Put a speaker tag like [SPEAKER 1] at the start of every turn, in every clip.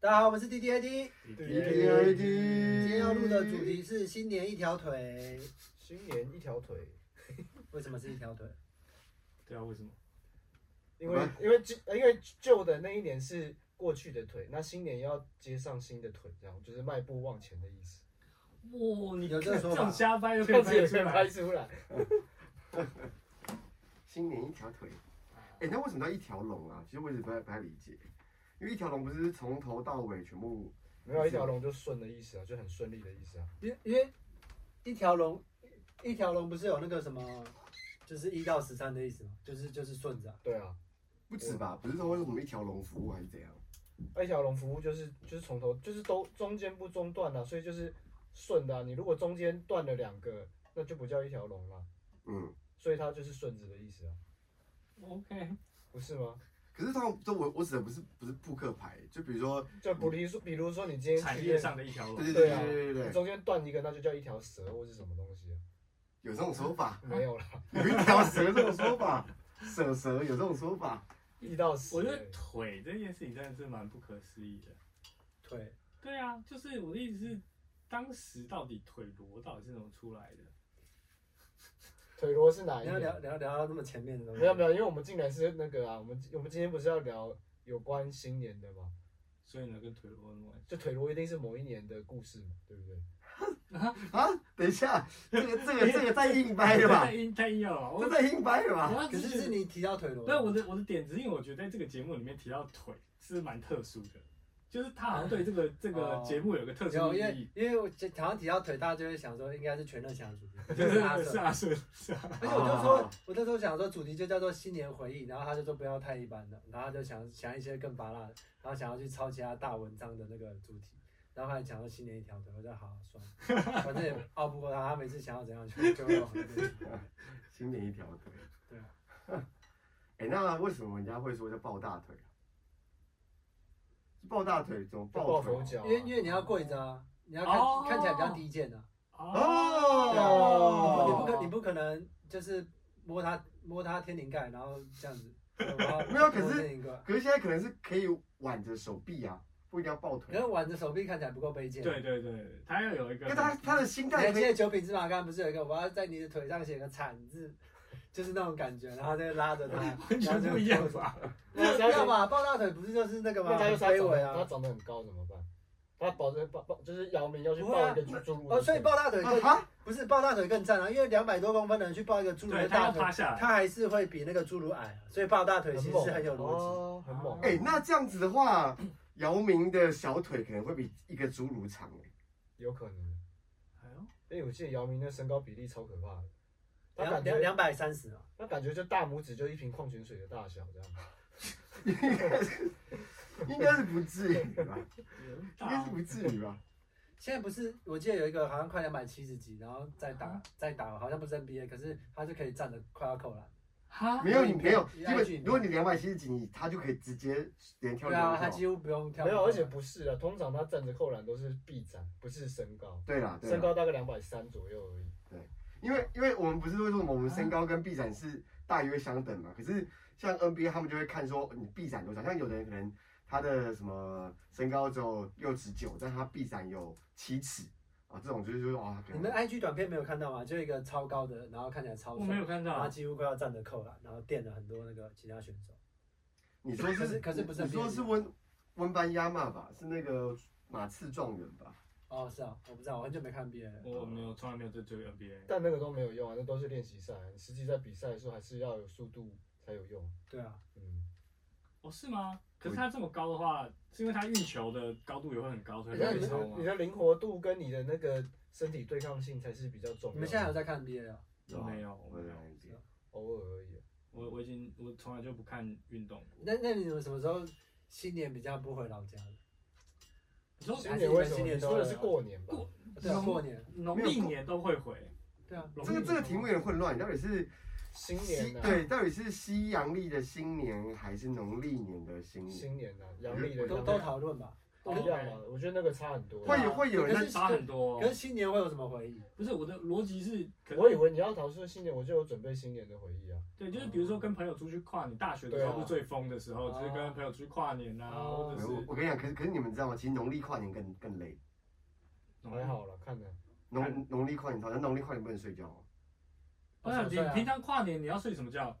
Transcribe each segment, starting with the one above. [SPEAKER 1] 大家好，我们是 D D A D，
[SPEAKER 2] D
[SPEAKER 3] D A D
[SPEAKER 1] 今天要录的主题是新年一条腿。
[SPEAKER 2] 新年一条腿，
[SPEAKER 1] 为什么是一条腿？
[SPEAKER 3] 对啊，为什么？
[SPEAKER 2] 因为因为旧因为旧的那一年是过去的腿，那新年要接上新的腿，这样就是迈步往前的意思。
[SPEAKER 3] 哇，你
[SPEAKER 1] 有这个
[SPEAKER 3] 看
[SPEAKER 1] 说法
[SPEAKER 3] 这种瞎掰都可
[SPEAKER 2] 这
[SPEAKER 3] 以
[SPEAKER 2] 样子
[SPEAKER 3] 掰
[SPEAKER 2] 也
[SPEAKER 3] 出
[SPEAKER 2] 可以拍
[SPEAKER 3] 来。
[SPEAKER 2] 出来。
[SPEAKER 4] 新年一条腿，哎、那为什么叫一条龙啊？其实我一直不太不太理解，因为一条龙不是从头到尾全部
[SPEAKER 2] 没有一条龙就顺的意思啊，就很顺利的意思啊。
[SPEAKER 1] 因因为一条龙，一条龙不是有那个什么，就是一到十三的意思吗？就是就是顺着啊、
[SPEAKER 2] 对啊，
[SPEAKER 4] 不止吧？不是说为什么一条龙服务还是怎样？
[SPEAKER 2] 那一条龙服务就是就是从头就是都中间不中断啊，所以就是顺的、啊。你如果中间断了两个，那就不叫一条龙了，啊
[SPEAKER 4] 嗯，
[SPEAKER 2] 所以它就是顺子的意思啊，
[SPEAKER 3] OK，
[SPEAKER 2] 不是吗？
[SPEAKER 4] 可是他这我我指的不是不是扑克牌，就比如说
[SPEAKER 2] 就比如说比如说你今天
[SPEAKER 3] 产
[SPEAKER 2] 去
[SPEAKER 3] 业
[SPEAKER 2] 练
[SPEAKER 3] 上的一条龙
[SPEAKER 4] 对对
[SPEAKER 2] 对
[SPEAKER 4] 对
[SPEAKER 2] 啊
[SPEAKER 4] 对对对
[SPEAKER 2] 你
[SPEAKER 4] 对，
[SPEAKER 2] 中间断一个，那就叫一条蛇或是什么东西啊、
[SPEAKER 4] 有这种 说法，
[SPEAKER 2] 没有啦，
[SPEAKER 4] 有一条蛇这种说法，蛇蛇有这种说法，
[SPEAKER 2] 一到十、
[SPEAKER 3] 我觉
[SPEAKER 2] 欸
[SPEAKER 3] 得腿这件事情真的是蛮不可思议的。
[SPEAKER 1] 腿，
[SPEAKER 3] 对啊，就是我的意思是，当时到底腿罗到底是怎么出来的？
[SPEAKER 2] 腿罗是哪一
[SPEAKER 1] 你要聊
[SPEAKER 2] 个？
[SPEAKER 1] 聊聊到那么前面的东西，
[SPEAKER 2] 没有没有，因为我们进来是那个啊，我们我们今天不是要聊有关新年的嘛？
[SPEAKER 3] 所以呢，跟腿罗有什么关系？
[SPEAKER 2] 就腿罗一定是某一年的故事嘛，对不对？
[SPEAKER 4] 啊，等一下，这个这个这个太硬掰了 哎吧啊
[SPEAKER 3] 太？硬太硬了吧？
[SPEAKER 4] 这
[SPEAKER 3] 我
[SPEAKER 4] 太硬掰了吧？
[SPEAKER 3] 我
[SPEAKER 1] 可是是。你提到腿龙，
[SPEAKER 3] 那我的我的点子，因为我觉得在这个节目里面提到腿是蛮特殊的，就是他好像对这个这个
[SPEAKER 1] 哦
[SPEAKER 3] 节目有个特
[SPEAKER 1] 没
[SPEAKER 3] 殊
[SPEAKER 1] 有，
[SPEAKER 3] 的
[SPEAKER 1] 因
[SPEAKER 3] 意义
[SPEAKER 1] 为。因为我好像提到腿，大家就会想说应该是全乐祥的主题，
[SPEAKER 3] 就
[SPEAKER 1] 就是 阿
[SPEAKER 3] 是是
[SPEAKER 1] 瑟。
[SPEAKER 3] 啊，是是啊，
[SPEAKER 1] 而且我就
[SPEAKER 4] 哦
[SPEAKER 1] 说，我那时候想说主题就叫做新年回忆，然后他就说不要太一般的，然后他就想想一些更拔辣的，然后想要去抄其他大文章的那个主题，然后他还讲到新年一条腿，我就好好算了， 反正也拗不过他，他每次想要怎样就就会往那边 去
[SPEAKER 4] 新年一条腿，
[SPEAKER 1] 对啊。
[SPEAKER 4] 哎、那为什么人家会说叫抱大腿啊？抱大腿怎么
[SPEAKER 2] 就
[SPEAKER 4] 抱
[SPEAKER 2] 头
[SPEAKER 4] 腿？
[SPEAKER 2] 脚、啊，
[SPEAKER 1] 因为因为你要跪着啊，你要看、
[SPEAKER 3] 哦
[SPEAKER 1] 看起来比较低贱啊，对啊
[SPEAKER 4] 哦
[SPEAKER 1] 你不可你不可能就是摸他摸他天灵盖，然后这样子。
[SPEAKER 4] 没有可是
[SPEAKER 1] 摸天灵盖
[SPEAKER 4] 可是现在可能是可以挽着手臂啊，不一定要抱腿
[SPEAKER 1] 可。是挽着手臂看起来不够卑贱。
[SPEAKER 3] 对对对，他要有一个
[SPEAKER 4] 可他他的心
[SPEAKER 1] 你还
[SPEAKER 4] 态可
[SPEAKER 1] 记
[SPEAKER 4] 以
[SPEAKER 1] 得九品芝麻官不是有一个我要在你的腿上写个惨字，就是那种感觉，然后再拉着他，
[SPEAKER 3] 完全不一样吧？
[SPEAKER 1] 然后就？要吧，抱大腿不是就是那个吗？
[SPEAKER 2] 那他就是他
[SPEAKER 1] 很卑
[SPEAKER 2] 长
[SPEAKER 1] 微
[SPEAKER 2] 得他
[SPEAKER 1] 啊。
[SPEAKER 2] 长得很高怎么办？他保证抱抱就是姚明要去
[SPEAKER 1] 不会啊
[SPEAKER 2] 抱一个猪猪，
[SPEAKER 1] 哦，所以抱大腿更、
[SPEAKER 4] 啊？
[SPEAKER 1] 不是抱大腿更赞啊，因为两百多公分的人去抱一个侏儒
[SPEAKER 3] 对，
[SPEAKER 1] 的
[SPEAKER 3] 他
[SPEAKER 1] 大
[SPEAKER 3] 要
[SPEAKER 1] 腿，
[SPEAKER 3] 趴下来。
[SPEAKER 1] 他还是会比那个侏儒矮啊，所以抱大腿
[SPEAKER 2] 很
[SPEAKER 1] 其实
[SPEAKER 2] 猛，
[SPEAKER 1] 是很有逻辑。
[SPEAKER 2] 哦，很猛。
[SPEAKER 4] 哎、那这样子的话，姚明的小腿可能会比一个侏儒长哎、
[SPEAKER 2] 有可能，
[SPEAKER 3] 哎呦
[SPEAKER 2] 因为我记得姚明的身高比例超可怕的，他
[SPEAKER 1] 两
[SPEAKER 2] 感
[SPEAKER 1] 两
[SPEAKER 2] 觉
[SPEAKER 1] 两百三十啊，
[SPEAKER 2] 他感觉就大拇指就一瓶矿泉水的大小这样。
[SPEAKER 4] 应该是不至于 吧？
[SPEAKER 3] 人
[SPEAKER 4] 应该
[SPEAKER 3] 大
[SPEAKER 4] 是不至于吧？
[SPEAKER 1] 现在不是我记得有一个好像快两百七十几，然后再打、
[SPEAKER 3] 啊
[SPEAKER 1] 再打，好像不是 NBA，可是他就可以站着快要扣篮。啊
[SPEAKER 3] 哈
[SPEAKER 4] 没有你没 有，
[SPEAKER 1] 你
[SPEAKER 4] 因为
[SPEAKER 1] 你
[SPEAKER 4] 如果你两百七十几，你他就可以直接连跳
[SPEAKER 1] 对啊，他
[SPEAKER 4] 两
[SPEAKER 1] 几乎不用跳。
[SPEAKER 2] 没有，而且不是啊，通常他站着扣篮都是臂展，不是身高，
[SPEAKER 4] 对啦，
[SPEAKER 1] 啊
[SPEAKER 4] 对
[SPEAKER 2] 身
[SPEAKER 4] 啦，
[SPEAKER 2] 高大概两百三左右而已。
[SPEAKER 4] 因为因为我们不是为什么我们身高跟臂展是大约相等
[SPEAKER 1] 嗯
[SPEAKER 4] 嘛？可是像 NBA 他们就会看说你臂展多少，像有的人可能他的什么身高只有六尺九，但他臂展有七尺啊，这种就是说哇，可
[SPEAKER 1] 你们
[SPEAKER 4] 能
[SPEAKER 1] IG 短片没有看到吗？就一个超高的，然后看起来超
[SPEAKER 3] 我没有
[SPEAKER 1] 帅，
[SPEAKER 3] 看
[SPEAKER 1] 然后
[SPEAKER 3] 到，
[SPEAKER 1] 几乎快要站着扣篮，然后垫了很多那个其他选手。
[SPEAKER 4] 你说
[SPEAKER 1] 可是可是不是啊
[SPEAKER 4] 你说
[SPEAKER 1] NBA
[SPEAKER 4] 是温温班亚马吧？是那个马刺状元吧？
[SPEAKER 1] 哦，是啊，我不知道，我很久没看 NBA 了。
[SPEAKER 3] 我没有，从来没有在追 NBA。
[SPEAKER 2] 但那个都没有用啊，那都是练习赛啊、你实际在比赛的时候还是要有速度才有用。
[SPEAKER 1] 对啊，
[SPEAKER 2] 嗯，
[SPEAKER 3] 哦，是吗？可是他这么高的话，是因为他运球的高度也会很高，所以
[SPEAKER 2] 你
[SPEAKER 3] 他
[SPEAKER 2] 看
[SPEAKER 3] 会
[SPEAKER 2] 你
[SPEAKER 3] 超
[SPEAKER 2] 的
[SPEAKER 3] 吗
[SPEAKER 1] 啊
[SPEAKER 2] 你？的灵活度跟你的那个身体对抗性才是比较重要的。
[SPEAKER 1] 你们现在有在看 NBA 啊？
[SPEAKER 4] 有啊
[SPEAKER 3] 没有，我
[SPEAKER 4] 我
[SPEAKER 3] 没
[SPEAKER 4] 在
[SPEAKER 3] 有，
[SPEAKER 4] 那边。
[SPEAKER 2] 偶尔而已啊、
[SPEAKER 3] 我我已经我从来就不看运动。
[SPEAKER 1] 那那你们什么时候新年比较不回老家的？
[SPEAKER 3] 你说
[SPEAKER 2] 新年为什
[SPEAKER 1] 哦还是你们
[SPEAKER 2] 么？
[SPEAKER 1] 新年
[SPEAKER 2] 你说的是过年吧？
[SPEAKER 3] 过
[SPEAKER 1] 对啊，
[SPEAKER 3] 农
[SPEAKER 1] 过年。
[SPEAKER 3] 农历年都会回，
[SPEAKER 1] 对啊，
[SPEAKER 4] 这个这个题目有点混乱，你到底是
[SPEAKER 2] 新
[SPEAKER 4] 西
[SPEAKER 2] 年啊，
[SPEAKER 4] 对，到底是西洋历的新年还是农历年的新年？
[SPEAKER 2] 新年啊，阳历的
[SPEAKER 1] 都都讨论吧。啊
[SPEAKER 2] 不一样嘛，我觉得那个差很多。啊
[SPEAKER 4] 会有会有人
[SPEAKER 1] 可
[SPEAKER 4] 在
[SPEAKER 1] 是
[SPEAKER 3] 差很多、
[SPEAKER 1] 可是新年会有什么回忆？
[SPEAKER 3] 不是我的逻辑是，可能
[SPEAKER 2] 我以为你要讨论新年，我就有准备新年的回忆啊。
[SPEAKER 3] 对，就是比如说跟朋友出去跨年，大学的时候
[SPEAKER 2] 对啊
[SPEAKER 3] 是最疯的时候，
[SPEAKER 2] 啊
[SPEAKER 3] 就是跟朋友出去跨年啊，
[SPEAKER 2] 啊
[SPEAKER 3] 或者
[SPEAKER 4] 我
[SPEAKER 3] 是
[SPEAKER 4] 我跟你讲，可是可是你们知道吗？其实农历跨年更更累，
[SPEAKER 1] 哦
[SPEAKER 2] 还，
[SPEAKER 3] 啊
[SPEAKER 2] 好了，看的
[SPEAKER 4] 农农历跨年超，那农历跨年不能睡觉哦，
[SPEAKER 3] 我
[SPEAKER 1] 小
[SPEAKER 3] 想你
[SPEAKER 1] 睡啊
[SPEAKER 3] 平常跨年你要睡什么觉？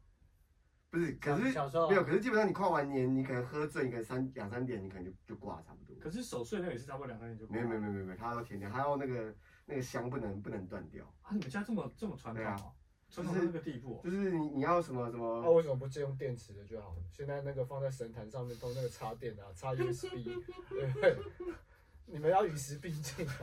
[SPEAKER 4] 不是？可是
[SPEAKER 1] 小小时候
[SPEAKER 4] 没有，可是基本上你跨完年，你可能喝醉，你可能三两三点，你可能就就挂差不多。
[SPEAKER 3] 可是守岁那也是差不多两三点就过
[SPEAKER 4] 没有没有没有没有没有，他要甜点，他要那个那个香不能不能断掉，
[SPEAKER 3] 啊，你们家这么这么传统、
[SPEAKER 4] 对啊
[SPEAKER 3] 哦，传统到那个地步、哦，
[SPEAKER 4] 就是你你要什么
[SPEAKER 2] 那、
[SPEAKER 4] 什么。
[SPEAKER 2] 啊为什么不借用电池的就好了？现在那个放在神坛上面，通那个插电啊， 插 USB，对不对？你们要与时并进啊！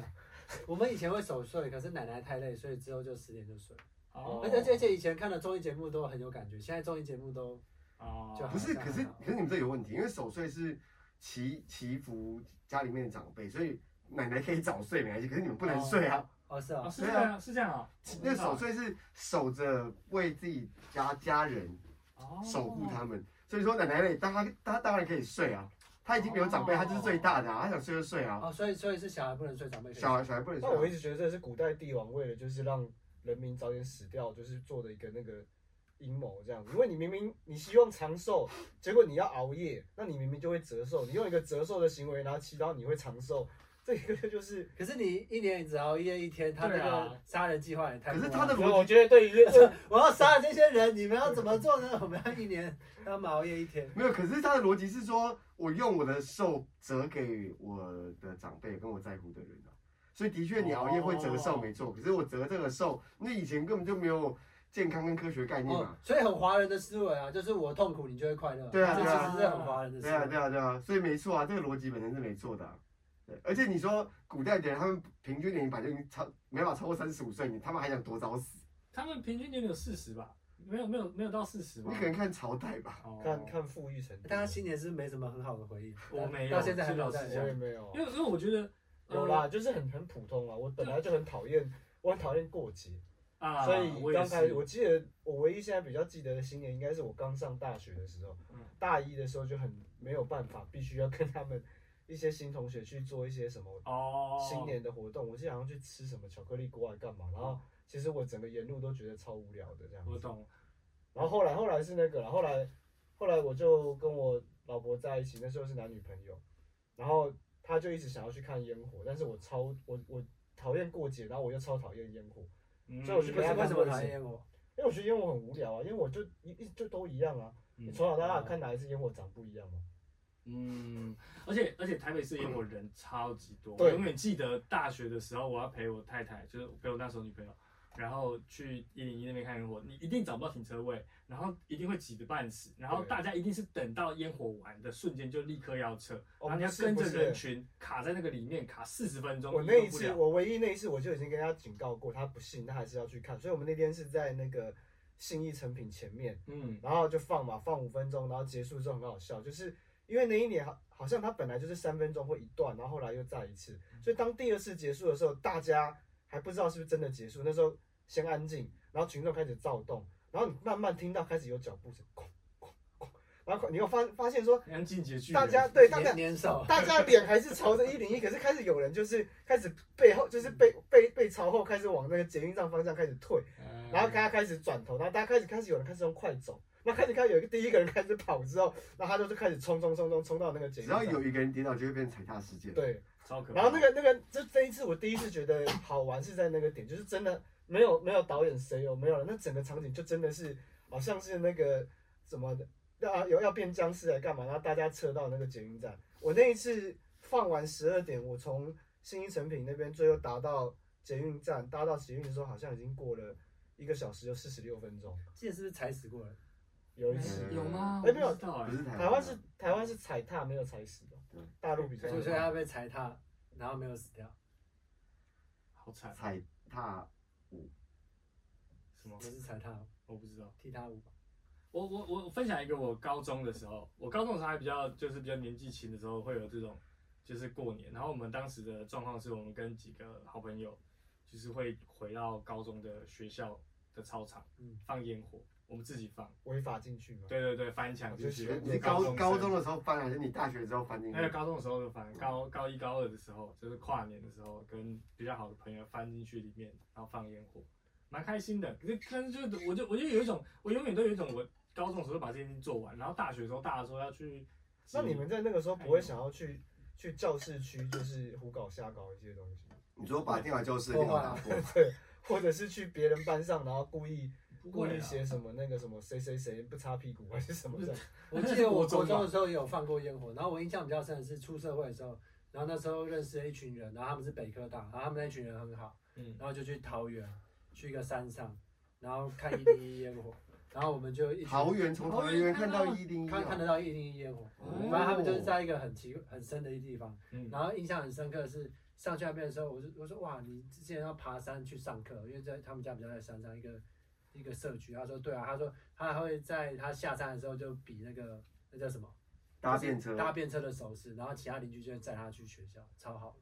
[SPEAKER 1] 我们以前会守岁，可是奶奶太累，所以之后就十点就睡。
[SPEAKER 3] 哦
[SPEAKER 1] 而且而且而且以前看的综艺节目都很有感觉，现在综艺节目都
[SPEAKER 3] 哦
[SPEAKER 1] 就好
[SPEAKER 4] 不
[SPEAKER 1] 这
[SPEAKER 4] 是，
[SPEAKER 1] 样
[SPEAKER 4] 可是
[SPEAKER 1] 好
[SPEAKER 4] 可是你们这有问题，因为守岁是祈祈福家里面的长辈，所以奶奶可以早睡没关系，可是你们不能睡啊。
[SPEAKER 1] 哦是
[SPEAKER 3] 啊
[SPEAKER 1] 啊，
[SPEAKER 3] 是这样是这样啊，
[SPEAKER 4] 那守岁是守着为自己家家人守护他
[SPEAKER 3] 们，
[SPEAKER 4] 们，所以说奶奶累，但她她当然可以睡啊，她已经没有长辈，
[SPEAKER 3] 哦
[SPEAKER 4] 她就是最大的啊，她想睡就睡啊，
[SPEAKER 1] 哦所以所以是小孩不能睡，长辈可以
[SPEAKER 4] 小孩小孩不能
[SPEAKER 2] 但我一
[SPEAKER 4] 睡
[SPEAKER 2] 直
[SPEAKER 4] 啊。
[SPEAKER 2] 觉得这是古代帝王为了就是让人民早点死掉，就是做的一个那个阴谋这样子。因为你明明你希望长寿，结果你要熬夜，那你明明就会折寿。你用一个折寿的行为，然后祈祷你会长寿，这个就是。
[SPEAKER 1] 可是你一年只熬夜一天，他那
[SPEAKER 3] 对啊
[SPEAKER 1] 个杀人计划也太……
[SPEAKER 4] 可是他的
[SPEAKER 2] 所以我觉得对 于
[SPEAKER 1] 我要杀了这些人，你们要怎么做呢？我们要一年让他们熬夜一天。
[SPEAKER 4] 没有，可是她的逻辑是说，我用我的寿折给我的长辈跟我在乎的人啊，所以的确你熬夜会折寿
[SPEAKER 3] 哦
[SPEAKER 4] 没错，可是我折这个寿，那以前根本就没有健康跟科学概念嘛。啊
[SPEAKER 1] 哦，所以很华人的思维啊，就是我痛苦，你就会快乐。
[SPEAKER 4] 对啊
[SPEAKER 1] 这
[SPEAKER 4] 对啊
[SPEAKER 1] 其实哦是很华人的思
[SPEAKER 4] 对
[SPEAKER 1] 维。
[SPEAKER 4] 啊，对啊，对啊，所以没错啊，这个逻辑本身是没错的啊、对，而且你说古代的人，他们平均年龄本来就已经超没办法超过三十五岁，你他们还想多早死？
[SPEAKER 3] 他们平均年龄有四十吧？没有没有没有到四十
[SPEAKER 4] 你
[SPEAKER 3] 吧？
[SPEAKER 4] 可能看朝代吧。
[SPEAKER 3] 哦
[SPEAKER 2] 看看富裕程度，
[SPEAKER 1] 大家新年是不是没什么很好的回忆，
[SPEAKER 3] 我没有
[SPEAKER 1] 到现在还没有
[SPEAKER 3] 是老
[SPEAKER 1] 在
[SPEAKER 3] 实
[SPEAKER 2] 我也没有啊
[SPEAKER 3] 因，为因为我觉得呃
[SPEAKER 2] 有啦，就是很很普通啦。我本来就很讨厌，我很讨厌过节，
[SPEAKER 3] 啊，
[SPEAKER 2] 所以
[SPEAKER 3] 我也
[SPEAKER 2] 刚开始
[SPEAKER 3] 是
[SPEAKER 2] 我记得我唯一现在比较记得的新年，应该是我刚上大学的时候
[SPEAKER 3] 嗯，
[SPEAKER 2] 大一的时候就很没有办法，必须要跟他们一些新同学去做一些什么
[SPEAKER 3] 哦
[SPEAKER 2] 新年的活动。我记得好像去吃什么巧克力锅还干嘛，然后其实我整个沿路都觉得超无聊的这样子。
[SPEAKER 3] 哦我懂，
[SPEAKER 2] 然后后来后来是那个啦，后来后来我就跟我老婆在一起，那时候是男女朋友，然后她就一直想要去看烟火，但是我超我我讨厌过节，然后我又超讨厌烟火，
[SPEAKER 3] 嗯
[SPEAKER 2] 所以我就
[SPEAKER 1] 可
[SPEAKER 2] 跟他
[SPEAKER 1] 是为什么
[SPEAKER 2] 们
[SPEAKER 1] 讨厌烟火？
[SPEAKER 2] 因为我觉得烟火很无聊啊，因为我就一一就都一样啊，你从小到
[SPEAKER 3] 哦
[SPEAKER 2] 大看哪一次烟火长不一样嘛？
[SPEAKER 3] 嗯，而且而且台北市烟火人超级多，
[SPEAKER 2] 对
[SPEAKER 3] 我永远记得大学的时候，我要陪我太太，就是陪我那时候女朋友，然后去一零一那边看烟火，你一定找不到停车位，然后一定会挤得半死，然后
[SPEAKER 2] 对
[SPEAKER 3] 大家一定是等到烟火完的瞬间就立刻要撤，然
[SPEAKER 2] 哦
[SPEAKER 3] 啊后你要
[SPEAKER 2] 不是
[SPEAKER 3] 跟着
[SPEAKER 2] 不是
[SPEAKER 3] 人群卡在那个里面卡四十分钟，
[SPEAKER 2] 我
[SPEAKER 3] 移
[SPEAKER 2] 那
[SPEAKER 3] 动
[SPEAKER 2] 一
[SPEAKER 3] 不
[SPEAKER 2] 次，
[SPEAKER 3] 了
[SPEAKER 2] 我唯一那一次，我就已经跟他警告过，他不信，他还是要去看。所以我们那天是在那个信义成品前面，
[SPEAKER 3] 嗯，
[SPEAKER 2] 然后就放嘛，放五分钟，然后结束之后很好笑，就是因为那一年好好像他本来就是三分钟或一段，然后后来又再一次，所以当第二次结束的时候，大家还不知道是不是真的结束，那时候先安静，然后群众开始躁动，然后你慢慢听到开始有脚步声，哐哐哐，然后你又发发现说
[SPEAKER 3] 像进阶巨人
[SPEAKER 2] 大家对大家
[SPEAKER 1] 年年少，
[SPEAKER 2] 大家脸还是朝着一零一，可是开始有人就是开始背后，就是背背背朝后，开始往那个捷运站方向开始退，
[SPEAKER 3] 嗯
[SPEAKER 2] 然后大家开始转头，然后大家开始开始有人开始用快走，然后开始看有一个第一个人开始跑之后，然后他就是开始冲冲冲冲冲到那个捷运
[SPEAKER 4] 只
[SPEAKER 2] 站
[SPEAKER 4] 要，有一个人跌倒，就会变成踩踏事件。，
[SPEAKER 2] 对，
[SPEAKER 3] 超可怕，
[SPEAKER 2] 然后那个那个这这一次我第一次觉得好玩是在那个点，就是真的没有没有导演谁有没有了，那整个场景就真的是好像是那个什么的要有要变僵尸来啊干嘛，然后大家撤到那个捷运站。我那一次放完十二点，我从新一成品那边最后达到捷运站，搭到捷运的时候好像已经过了一个小时又四十六分钟，
[SPEAKER 1] 记得是不是踩死过人？
[SPEAKER 3] 嗯
[SPEAKER 2] 有一次。
[SPEAKER 3] 有吗？
[SPEAKER 2] 哎没有
[SPEAKER 3] 我不知道哎
[SPEAKER 4] 不是
[SPEAKER 2] 台湾是台湾是踩踏没有踩死的哦
[SPEAKER 4] 对，
[SPEAKER 2] 大陆比较
[SPEAKER 1] 所以所以他被踩踏，然后没有死掉，
[SPEAKER 3] 好惨，
[SPEAKER 4] 踩踏，
[SPEAKER 3] 什么
[SPEAKER 1] 不？是踩踏，
[SPEAKER 3] 我不知道。
[SPEAKER 1] 踢踏舞吧。
[SPEAKER 3] 我我我分享一个我高中的时候，我高中的时候还比较就是比较年纪轻的时候会有这种，就是过年，然后我们当时的状况是我们跟几个好朋友，就是会回到高中的学校的操场，
[SPEAKER 1] 嗯
[SPEAKER 3] 放烟火，我们自己放。
[SPEAKER 2] 违法进去嘛。
[SPEAKER 3] 对对对，翻墙进去
[SPEAKER 2] 我觉得。
[SPEAKER 4] 你是
[SPEAKER 3] 高
[SPEAKER 4] 高高
[SPEAKER 3] 中
[SPEAKER 4] 中的时候翻，还是你大学之后翻
[SPEAKER 1] 嗯
[SPEAKER 4] 进去
[SPEAKER 3] 还有？高中的时候就翻，高高一高二的时候，就是跨年的时候，跟比较好的朋友翻进去里面，然后放烟火，蛮开心的。可是但是就是我就我就有一种，我永远都有一种我高中的时候把这件事情做完，然后大学的时候大的时候要去。
[SPEAKER 2] 那你们在那个时候不会想要去去教室区，就是胡搞瞎搞一些东西，
[SPEAKER 4] 你说把电脑教室的电脑打破，
[SPEAKER 2] 对， 或者是去别人班上，然后故意
[SPEAKER 3] 不
[SPEAKER 2] 故
[SPEAKER 3] 会啊
[SPEAKER 2] 意写什么那个什么谁谁谁不擦屁股还是什么的，
[SPEAKER 1] 我记得我
[SPEAKER 3] 国中
[SPEAKER 1] 国
[SPEAKER 3] 吧
[SPEAKER 1] 中的时候也有放过烟火，然后我印象比较深的是出社会的时候，然后那时候认识了一群人，然后他们是北科大，然后他们那群人很好，
[SPEAKER 3] 嗯，
[SPEAKER 1] 然后就去桃园，去一个山上，然后看一零一烟火，然后我们就一起
[SPEAKER 4] 桃园从桃园看到一零一，啊
[SPEAKER 1] 看看得到一零一烟火，
[SPEAKER 4] 哦
[SPEAKER 1] 反正他们就是在一个很奇很深的一地方，
[SPEAKER 3] 嗯
[SPEAKER 1] 然后印象很深刻的是上去那边的时候，我就我说哇，你之前要爬山去上课，因为在他们家比较在山上一个一个社区，他说对啊，他说他还会在他下山的时候就比那个那叫什么
[SPEAKER 4] 搭便车，
[SPEAKER 1] 搭便车的手势，然后其他邻居就会载他去学校，超好的。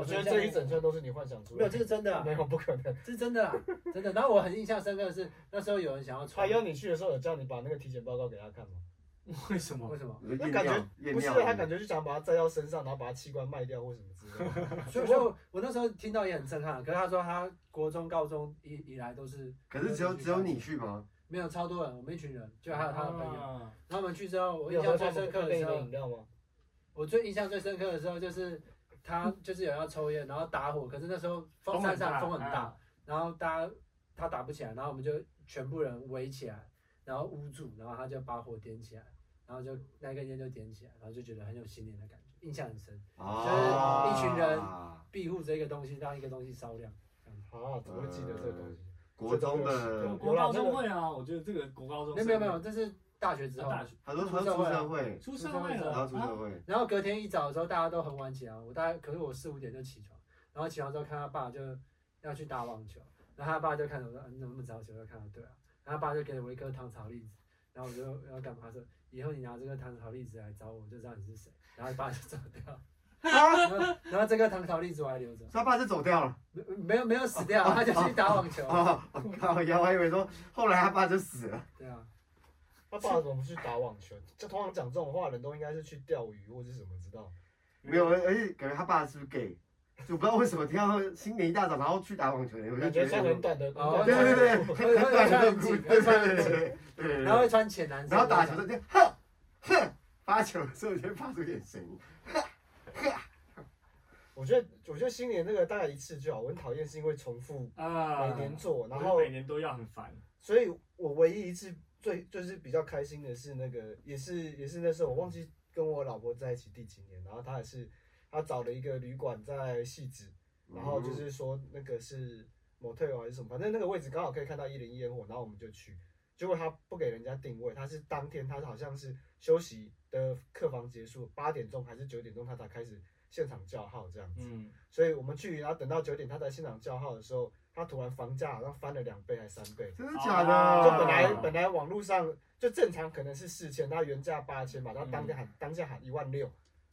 [SPEAKER 2] 我觉得这一整串都是你幻想出来
[SPEAKER 1] 没
[SPEAKER 2] 的。
[SPEAKER 1] 有这是真的啊
[SPEAKER 2] 没有不可能。
[SPEAKER 1] 是真的啦，真的。然后我很印象深刻的是那时候有人想要
[SPEAKER 2] 他
[SPEAKER 1] 穿，
[SPEAKER 2] 邀你去的时候，有叫你把那个体检报告给他看吗？
[SPEAKER 3] 为什么
[SPEAKER 1] 为？什么？
[SPEAKER 4] 你说
[SPEAKER 2] 那
[SPEAKER 4] 验
[SPEAKER 2] 感
[SPEAKER 4] 尿
[SPEAKER 2] 觉
[SPEAKER 4] 验
[SPEAKER 2] 不是
[SPEAKER 4] 尿，，
[SPEAKER 2] 他感觉就想把它摘到身上，然后把它器官卖掉或什么之类 的。
[SPEAKER 1] 所以我我那时候听到也很震撼。啊可是他说他国中、高中以以来都是
[SPEAKER 4] 可是只有只有你去吗？
[SPEAKER 1] 没有超多人，我们一群人，就还有他的朋友。
[SPEAKER 3] 啊
[SPEAKER 1] 然后我们去之后，我
[SPEAKER 2] 你
[SPEAKER 1] 印
[SPEAKER 2] 有
[SPEAKER 1] 象
[SPEAKER 2] 喝他
[SPEAKER 1] 最深
[SPEAKER 2] 们
[SPEAKER 1] 刻的
[SPEAKER 2] 那一
[SPEAKER 1] 时
[SPEAKER 2] 杯
[SPEAKER 1] 候
[SPEAKER 2] 饮，料吗？
[SPEAKER 1] 我最印象最深刻的时候就是他就是有要抽烟，然后打火，可是那时候风山上风很
[SPEAKER 2] 啊
[SPEAKER 3] 啊
[SPEAKER 1] 大，，然后大家他打不起来，然后我们就全部人围起来，然后捂住，然后他就把火点起来，然后就那根烟就点起来，然后就觉得很有新年的感觉，印象很深。
[SPEAKER 4] 啊
[SPEAKER 1] 就是一群人庇护着一个东西，让一个东西烧亮。
[SPEAKER 2] 啊，怎么会记得这个东西？
[SPEAKER 4] 国中
[SPEAKER 3] 我
[SPEAKER 4] 的，
[SPEAKER 3] 国高中会啊，我觉得这个国高中
[SPEAKER 1] 没有没有没有，这是大学之后。
[SPEAKER 3] 哦大学
[SPEAKER 4] 他说他说出社会，
[SPEAKER 3] 出社会
[SPEAKER 4] 然
[SPEAKER 3] 了
[SPEAKER 4] 后出社
[SPEAKER 3] 啊，
[SPEAKER 4] 会，
[SPEAKER 1] 然后隔天一早的时候，大家都很晚起来，我大概可是我四五点就起床，然后起床之后看他爸就要去打网球，然后他爸就看着我说：“啊、你怎么那么早起？”我就看他对啊，然后他爸就给我一颗糖炒栗子，然后我就要干嘛？他说：“以后你拿这个糖炒栗子来找我，我就知道你是谁。”然后他爸就走掉。然后然后这个糖炒栗子我还留着，
[SPEAKER 4] 他爸是走掉了
[SPEAKER 1] 没没有没有死掉，他就去打网球。
[SPEAKER 4] 啊！我靠，原来我还以为说后来他爸就死了，
[SPEAKER 1] 对啊，
[SPEAKER 2] 他爸怎么不去打网球？就通常讲这种话的人都应该是去钓鱼或者是什么，知道？
[SPEAKER 4] 没有，而而且感觉他爸是不是 gay？就我不知道为什么听到新年一大早然后去打网球，我就
[SPEAKER 2] 感
[SPEAKER 4] 觉
[SPEAKER 2] 觉像很
[SPEAKER 4] 得，
[SPEAKER 2] 短的。
[SPEAKER 1] 哦
[SPEAKER 4] 对对对，很短的裤，对对对对，
[SPEAKER 1] 然后会穿浅蓝色，
[SPEAKER 4] 然后打球的时候就哼哼，发球的时候就会发出点声音，
[SPEAKER 2] 我觉得我觉得新年那个大概一次就好，我很讨厌是因为重复
[SPEAKER 3] 啊
[SPEAKER 2] 每年做，然
[SPEAKER 3] 我
[SPEAKER 2] 后
[SPEAKER 3] 每年都要很烦，
[SPEAKER 2] 所以我唯一一次最就是比较开心的是那个，也是也是那时候我忘记跟我老婆在一起第几年，然后她也是她找了一个旅馆在戏子，然后
[SPEAKER 4] 嗯
[SPEAKER 2] 就是说那个是 motel 啊还是什么，反正那个位置刚好可以看到一零一烟火，然后我们就去，结果他不给人家定位，他是当天他好像是休息的客房结束八点钟还是九点钟他才开始现场叫号这样子，
[SPEAKER 3] 嗯，
[SPEAKER 2] 所以我们去，然后等到九点他在现场叫号的时候，他突然房价好像翻了两倍还三倍。
[SPEAKER 4] 真的假的？
[SPEAKER 2] 哦就本来本来网络上就正常可能是四千，他原价八千嘛，他当天喊、当下喊一万六，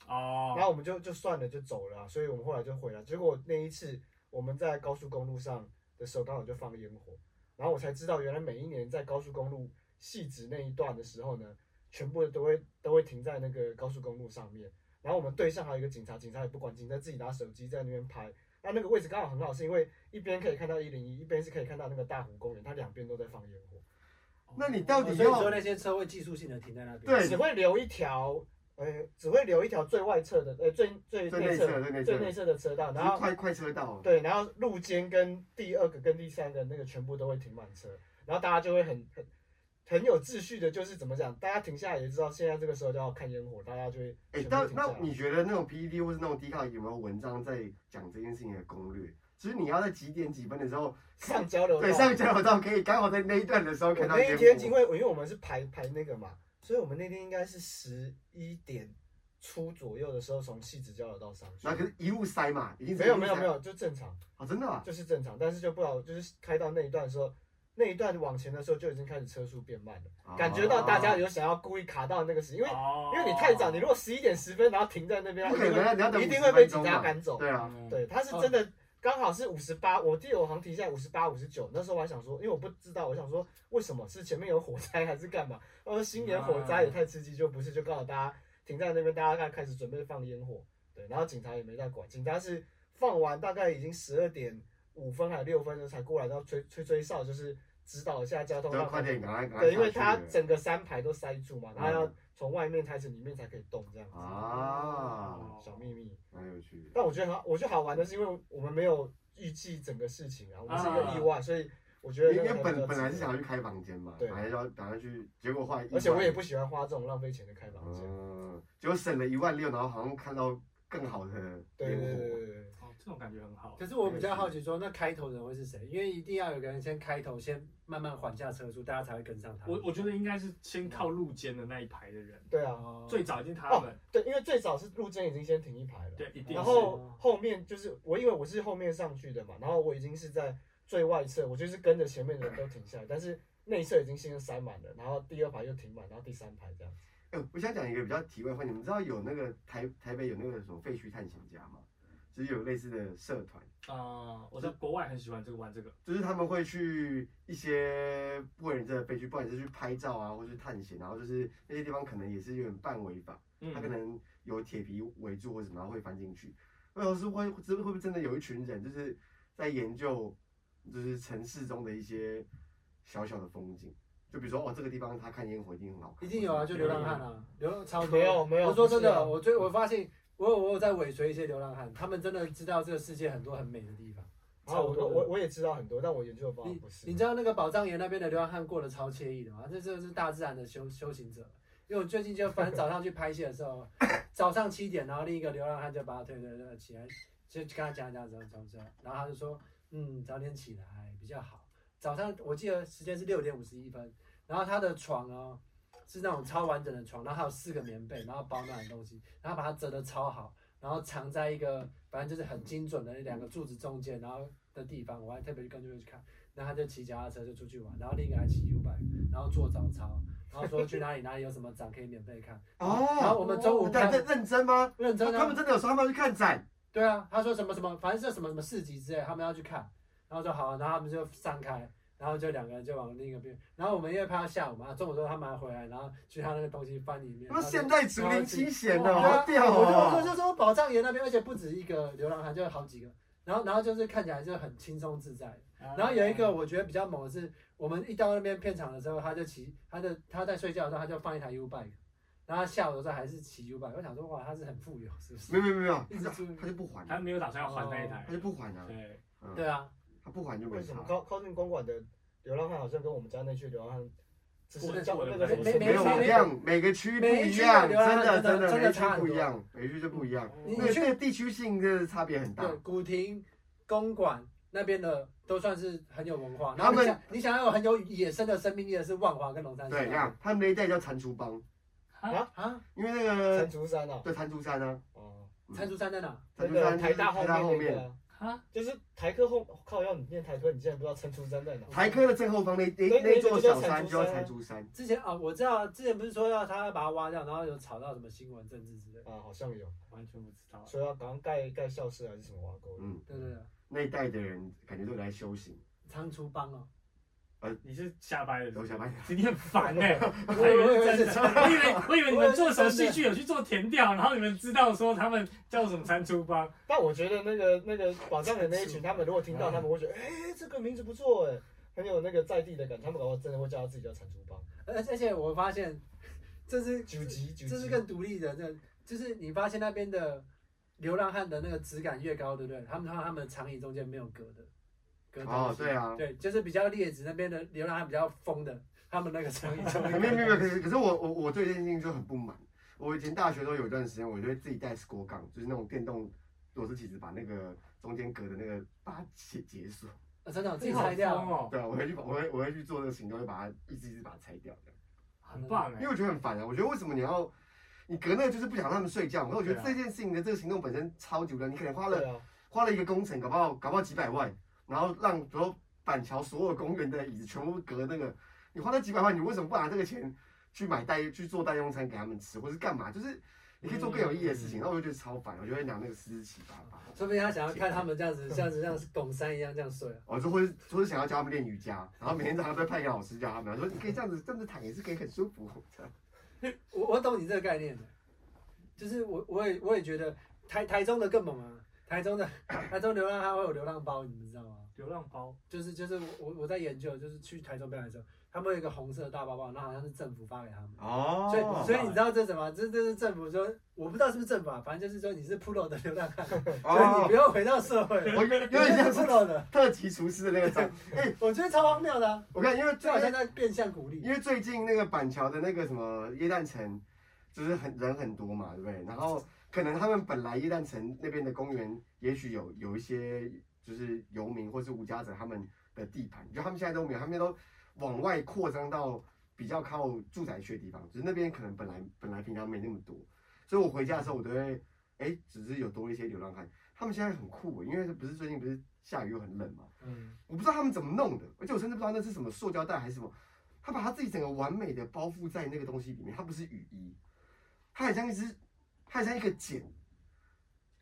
[SPEAKER 2] 然
[SPEAKER 3] 哦，
[SPEAKER 2] 后我们就就算了就走了啊、所以我们后来就回来。结果那一次我们在高速公路上的时候，刚好就放烟火，然后我才知道原来每一年在高速公路细直那一段的时候呢，全部都会都会停在那个高速公路上面。然后我们对象还有一个警察，警察也不管，警察自己拿手机在那边拍。那那个位置刚好很好，是因为一边可以看到一零一，一边是可以看到那个大湖公园，它两边都在放烟火。
[SPEAKER 4] 哦那你到
[SPEAKER 1] 哦所以
[SPEAKER 4] 底
[SPEAKER 1] 说
[SPEAKER 4] 要
[SPEAKER 1] 那些车会技术性的停在那边。
[SPEAKER 4] 对
[SPEAKER 2] 只会留一条，呃，只会留一条最外侧的，呃，最最
[SPEAKER 4] 最
[SPEAKER 2] 内
[SPEAKER 4] 内
[SPEAKER 2] 侧
[SPEAKER 4] 侧最内
[SPEAKER 2] 最
[SPEAKER 4] 侧
[SPEAKER 2] 内侧的车道，
[SPEAKER 4] 只
[SPEAKER 2] 然
[SPEAKER 4] 是
[SPEAKER 2] 后
[SPEAKER 4] 快快车道，
[SPEAKER 2] 对，然后路肩跟第二个跟第三个那个全部都会停满车，然后大家就会很很很有秩序的，就是怎么讲，大家停下来也知道现在这个时候就要看烟火，大家就会
[SPEAKER 4] 哎、
[SPEAKER 2] 全部
[SPEAKER 4] 但
[SPEAKER 2] 停下
[SPEAKER 4] 那
[SPEAKER 2] 来
[SPEAKER 4] 你觉得那种 PPT 或是那种 D 卡有没有文章在讲这件事情的攻略？就是你要在几点几分的时候，
[SPEAKER 2] 上交流道
[SPEAKER 4] 对上交流道可以刚好在那一段的时候
[SPEAKER 2] 我
[SPEAKER 4] 看到
[SPEAKER 2] 那一天
[SPEAKER 4] 烟火
[SPEAKER 2] 因为因为我们是排排那个嘛，所以我们那天应该是十一点出左右的时候从戏子交流道上去
[SPEAKER 4] 然，后可是一路塞嘛，已经
[SPEAKER 2] 没有没有没
[SPEAKER 4] 啊、
[SPEAKER 2] 有，就正常。
[SPEAKER 4] 哦，真的、啊，
[SPEAKER 2] 就是正常，但是就不好，就是开到那一段的时候，那一段往前的时候就已经开始车速变慢了，感觉
[SPEAKER 4] 哦
[SPEAKER 2] 到大家有想要故意卡到那个时，因为、
[SPEAKER 3] 哦
[SPEAKER 2] 因为你太早，你如果十一点十分然后停在那边，
[SPEAKER 4] 不可能啊，你要等
[SPEAKER 2] 一定
[SPEAKER 4] 50
[SPEAKER 2] 会被
[SPEAKER 4] 分钟
[SPEAKER 2] 警察
[SPEAKER 4] 嘛
[SPEAKER 2] 赶走。
[SPEAKER 4] 对啊，
[SPEAKER 3] 嗯
[SPEAKER 2] 对，他是真的刚好是五十八，我记得我好像停下来五十八、五十九，那时候我还想说，因为我不知道，我想说为什么是前面有火灾还是干嘛？我说新年火灾也太刺激，就不是，就刚好大家停在那边，大家开始准备放烟火，对，然后警察也没在管，警察是放完大概已经十二点五分还六分的时候才过来，然后吹吹吹哨，就是指导一下交通，
[SPEAKER 4] 要
[SPEAKER 2] 让他
[SPEAKER 4] 快
[SPEAKER 2] 们
[SPEAKER 4] 点赶快赶快下
[SPEAKER 2] 嗯对，
[SPEAKER 4] 去
[SPEAKER 2] 因为它
[SPEAKER 4] 了嗯
[SPEAKER 2] 整个三排都塞住嘛，它要从外面开始，里面才可以动这样子。
[SPEAKER 4] 啊，
[SPEAKER 2] 嗯小秘密。
[SPEAKER 4] 蛮有趣的。
[SPEAKER 2] 但我觉得很好，我觉得好玩的是，因为我们没有预计整个事情啊，我们是一个意外，所以我觉得
[SPEAKER 4] 因
[SPEAKER 2] 那个
[SPEAKER 4] 为因
[SPEAKER 2] 还
[SPEAKER 4] 为
[SPEAKER 2] 比较
[SPEAKER 4] 本本来
[SPEAKER 2] 值
[SPEAKER 4] 是
[SPEAKER 2] 得
[SPEAKER 4] 想要去开房间嘛，
[SPEAKER 2] 对
[SPEAKER 4] 本来要打算去，结果换，
[SPEAKER 2] 而且我也不喜欢花这种浪费钱的开房间。
[SPEAKER 4] 嗯，结果省了一万六，然后好像看到更好的
[SPEAKER 2] 对
[SPEAKER 4] 烟
[SPEAKER 2] 对对
[SPEAKER 4] 火，
[SPEAKER 2] 对对，
[SPEAKER 3] 哦，这种感觉很好。
[SPEAKER 1] 可是我比较好奇说，那开头的人会是谁？因为一定要有个人先开头，先慢慢缓下车速，大家才会跟上他。
[SPEAKER 3] 我我觉得应该是先靠路肩的那一排的人，
[SPEAKER 2] 对啊，
[SPEAKER 4] 嗯
[SPEAKER 1] 哦
[SPEAKER 3] 最早一定他们，
[SPEAKER 2] 对，因为最早是陆贞已经先停一排了，
[SPEAKER 3] 对，一定
[SPEAKER 2] 然
[SPEAKER 3] 是。
[SPEAKER 2] 后后面就是我，因为我是后面上去的嘛，然后我已经是在最外侧，我就是跟着前面的人都停下来，但是内侧已经先塞满了，然后第二排又停满，然后第三排这样。
[SPEAKER 4] 哎、我想讲一个比较题外话，你们知道有那个台台北有那个什么废墟探险家吗？就是有类似的社团，
[SPEAKER 3] 啊，我在国外很喜欢这个玩这个，
[SPEAKER 4] 就是他们会去一些不为人知的废墟，不管是去拍照啊，或是探险，然后就是那些地方可能也是有点半违法，他可
[SPEAKER 3] 嗯，
[SPEAKER 4] 能有铁皮围住或什么，然后会翻进去。或者是会真会不会真的有一群人，就是在研究，就是城市中的一些小小的风景，就比如说哦，这个地方他看烟火一定很好看，
[SPEAKER 1] 一定有啊，就流浪汉
[SPEAKER 4] 啊，
[SPEAKER 1] 啊，流浪超多。
[SPEAKER 2] 嗯没有没有
[SPEAKER 1] 我说真的，
[SPEAKER 2] 不是啊
[SPEAKER 1] 我最我发现，我有我有在尾随一些流浪汉，他们真的知道这个世界很多很美的地方。
[SPEAKER 2] 然后
[SPEAKER 1] 超
[SPEAKER 2] 哦我
[SPEAKER 1] 多
[SPEAKER 2] 我
[SPEAKER 1] 的
[SPEAKER 2] 我我也知道很多，但我研究的方法
[SPEAKER 1] 你
[SPEAKER 2] 不是。
[SPEAKER 1] 你知道那个宝藏岩那边的流浪汉过得超惬意的吗？这这是大自然的修修行者。因为我最近就反正早上去拍戏的时 候，早上七点，然后另一个流浪汉就把他推推推起来，就跟他讲讲怎么怎么怎么，然后他就说，嗯，早点起来比较好。早上我记得时间是六点五十一分，然后他的床哦是那种超完整的床，然后还有四个棉被，然后保暖的东西，然后把它折得超好，然后藏在一个反正就是很精准的两个柱子中间，然后的地方，我还特别去跟着去看。然后他就骑脚踏车就出去玩，然后另一个还骑 U bike，然后做早操，然后说去哪里哪里有什么展可以免费看。然后
[SPEAKER 4] 哦，
[SPEAKER 1] 我们中午
[SPEAKER 4] 但
[SPEAKER 1] 看
[SPEAKER 4] 认认真吗？
[SPEAKER 1] 认
[SPEAKER 4] 他
[SPEAKER 1] 真
[SPEAKER 4] 他们
[SPEAKER 1] 啊，
[SPEAKER 4] 真的有说他们要去看展，
[SPEAKER 1] 对啊，他说什么什么，反正是什么什么市集之类，他们要去看，然后说好啊，然后他们就散开，然后就两个人就往另一个边，然后我们因为拍到下午嘛，中午之后他们还回来，然后去他那个东西翻里面。
[SPEAKER 4] 他们
[SPEAKER 1] 然后就
[SPEAKER 4] 现代竹林七贤哦，
[SPEAKER 1] 啊对
[SPEAKER 4] 好
[SPEAKER 1] 啊，
[SPEAKER 4] 屌
[SPEAKER 1] 我就我就
[SPEAKER 4] 哦！
[SPEAKER 1] 就说宝藏岩那边，而且不止一个流浪汉，就有好几个，然后然后就是看起来就很轻松自在。然后有一个我觉得比较猛的是，我们一到那边片场的时候，他就骑他的他在睡觉的时候，他就放一台 U bike，然后他下午的时候还是骑 U bike。我想说，哇，他是很富有，是不
[SPEAKER 4] 没
[SPEAKER 1] 是？
[SPEAKER 4] 有没有没有，
[SPEAKER 1] 一直注意
[SPEAKER 4] 他就不还，
[SPEAKER 3] 他没有打算要还那一台
[SPEAKER 4] 他，就不还啊，
[SPEAKER 3] 对，
[SPEAKER 4] 嗯
[SPEAKER 1] 对，啊，
[SPEAKER 4] 他不还就没
[SPEAKER 2] 为什
[SPEAKER 4] 差
[SPEAKER 2] 么。靠靠近公馆的流浪汉好像跟我们家那区流浪汉，只
[SPEAKER 3] 不
[SPEAKER 2] 是
[SPEAKER 3] 是
[SPEAKER 2] 叫
[SPEAKER 3] 不
[SPEAKER 2] 那
[SPEAKER 3] 是
[SPEAKER 2] 个什么
[SPEAKER 1] 没
[SPEAKER 4] 没有
[SPEAKER 1] 没
[SPEAKER 4] 不一样，每个区不一样，真的真的每个区不一样，每个区就不一样。
[SPEAKER 1] 你
[SPEAKER 4] 那这个地区性的差别很大
[SPEAKER 1] 对，，古亭、公馆那边的都算是很有文化。然
[SPEAKER 4] 他
[SPEAKER 1] 后
[SPEAKER 4] 们
[SPEAKER 1] 你想，你想要有很有野生的生命力的是万华跟龙山寺
[SPEAKER 4] 对，那样他嗯们那一带叫蟾蜍帮，
[SPEAKER 1] 啊，
[SPEAKER 4] 因为那个
[SPEAKER 2] 蟾蜍山啊，
[SPEAKER 4] 对蟾蜍山啊，
[SPEAKER 2] 哦，
[SPEAKER 1] 蟾蜍山在哪？
[SPEAKER 2] 那
[SPEAKER 4] 蟾蜍
[SPEAKER 2] 个
[SPEAKER 4] 山
[SPEAKER 2] 台大
[SPEAKER 4] 后
[SPEAKER 2] 后面
[SPEAKER 4] 后
[SPEAKER 2] 那个
[SPEAKER 4] 面，
[SPEAKER 2] 啊，
[SPEAKER 3] 哈，
[SPEAKER 2] 就是台科后靠要你念台科，你竟然不知道蟾蜍山在哪？
[SPEAKER 4] 台科的正后方那那那座小山就叫蟾蜍山，
[SPEAKER 1] 之前啊，我知道之前不是说要他要把它挖掉，然后有吵到什么新闻政治之类的。
[SPEAKER 2] 啊，好像有，
[SPEAKER 3] 完全不知道。
[SPEAKER 2] 说要赶快盖盖校舍还是什么挖沟的。
[SPEAKER 4] 嗯，
[SPEAKER 1] 对对对，
[SPEAKER 4] 那一带的人感觉都来修行，
[SPEAKER 1] 仓储帮 哦，
[SPEAKER 3] 你是瞎掰的，
[SPEAKER 4] 我瞎掰的，
[SPEAKER 3] 今天很烦哎，
[SPEAKER 1] 我
[SPEAKER 3] 我以为
[SPEAKER 1] 以
[SPEAKER 3] 是
[SPEAKER 1] 为
[SPEAKER 3] 真
[SPEAKER 1] 是
[SPEAKER 3] 的， 我以为我以为你们做什么戏剧有去做填调，然后你们知道说他们叫什么蟾蜍帮，
[SPEAKER 2] 但我觉得那个那个宝藏人那一群，他们如果听
[SPEAKER 3] 嗯
[SPEAKER 2] 到，他们会觉得，哎，这个名字不错哎，很有那个在地的感觉。他们搞不好真的会叫他自己叫蟾蜍帮，
[SPEAKER 1] 而而且我发现，这是
[SPEAKER 2] 九级九级。
[SPEAKER 1] 这是更独立的，这就是你发现那边的流浪汉的那个质感越高，对不对？他们他他们的长椅中间没有隔的，隔的
[SPEAKER 4] 哦，对啊，
[SPEAKER 1] 对，就是比较劣质那边的流浪汉比较疯的，他们那个长椅中
[SPEAKER 4] 没
[SPEAKER 1] 间
[SPEAKER 4] 有没有，可是可是我我我对这件事情就很不满。我以前大学的时候有一段时间，我就会自己带 score 杠，就是那种电动螺丝起子，把那个中间隔的那个把它解解锁。
[SPEAKER 1] 啊真的我自己拆掉，
[SPEAKER 3] 哦，
[SPEAKER 4] 对啊，我会去把我会我会去做这个行动，会把它一只一只把它拆掉这样，
[SPEAKER 3] 很棒
[SPEAKER 4] 因
[SPEAKER 3] 哎
[SPEAKER 4] 为，我觉得很烦啊。我觉得为什么你要你隔那个就是不想让他们睡觉？然后我觉得这件事情的这个行动本身超级无聊，你可能花了
[SPEAKER 2] 对啊，
[SPEAKER 4] 花了一个工程，搞不好搞不好几百万，然后让比如说板桥所有公园的椅子全部隔那个，你花了几百万，你为什么不拿这个钱去买代去做代用餐给他们吃，或是干嘛？就是。你可以做更有意义的事情，那我就觉得超烦，我就会拿那个四十七八八，
[SPEAKER 1] 说不定他想要看他们这样子，像是像是拱山一样这样睡啊。
[SPEAKER 4] 我哦就会或是想要教他们练瑜伽，然后每天早上都会派一个老师教他们，说你可以这样子站着躺也是可以很舒服，这样
[SPEAKER 1] 我我懂你这个概念的，就是我我也我也觉得台台中的更猛啊，台中的台中流浪汉会有流浪包，你们知道吗？
[SPEAKER 3] 流浪包，
[SPEAKER 1] 就是就是我我我在研究，就是去台中表演的时候，他们有一个红色的大包包，那好像是政府发给他们。
[SPEAKER 4] 哦
[SPEAKER 1] 所以，所以你知道这是什么？这这是政府说，我不知道是不是政府啊，反正就是说你是 pro 的流浪汉，所以你不
[SPEAKER 4] 哦，
[SPEAKER 1] 用回到社会 了，
[SPEAKER 4] 我有点
[SPEAKER 1] 你是
[SPEAKER 4] 像是
[SPEAKER 1] pro 的，
[SPEAKER 4] 特级厨师的那个章，哎，
[SPEAKER 1] 我觉得超荒谬的、啊，
[SPEAKER 4] 我看因为
[SPEAKER 1] 就
[SPEAKER 4] 最
[SPEAKER 1] 好
[SPEAKER 4] 好
[SPEAKER 1] 像在变相鼓励
[SPEAKER 4] 因。为最近那个板桥的那个什么耶诞城，就是很人很多嘛，对不对？然后可能他们本来耶诞城那边的公园，也许有有一些就是游民或是无家者他们的地盘，就他们现在都没有，他们都往外扩张到比较靠住宅区的地方，只是那边可能本来本来平常没那么多，所以我回家的时候我都会，哎，只是有多一些流浪汉，他们现在很酷，欸因为不是最近不是下雨又很冷嘛，
[SPEAKER 3] 嗯，
[SPEAKER 4] 我不知道他们怎么弄的，而且我甚至不知道那是什么塑胶袋还是什么，他把他自己整个完美的包覆在那个东西里面，它不是雨衣，它很像一只，它很像一个茧，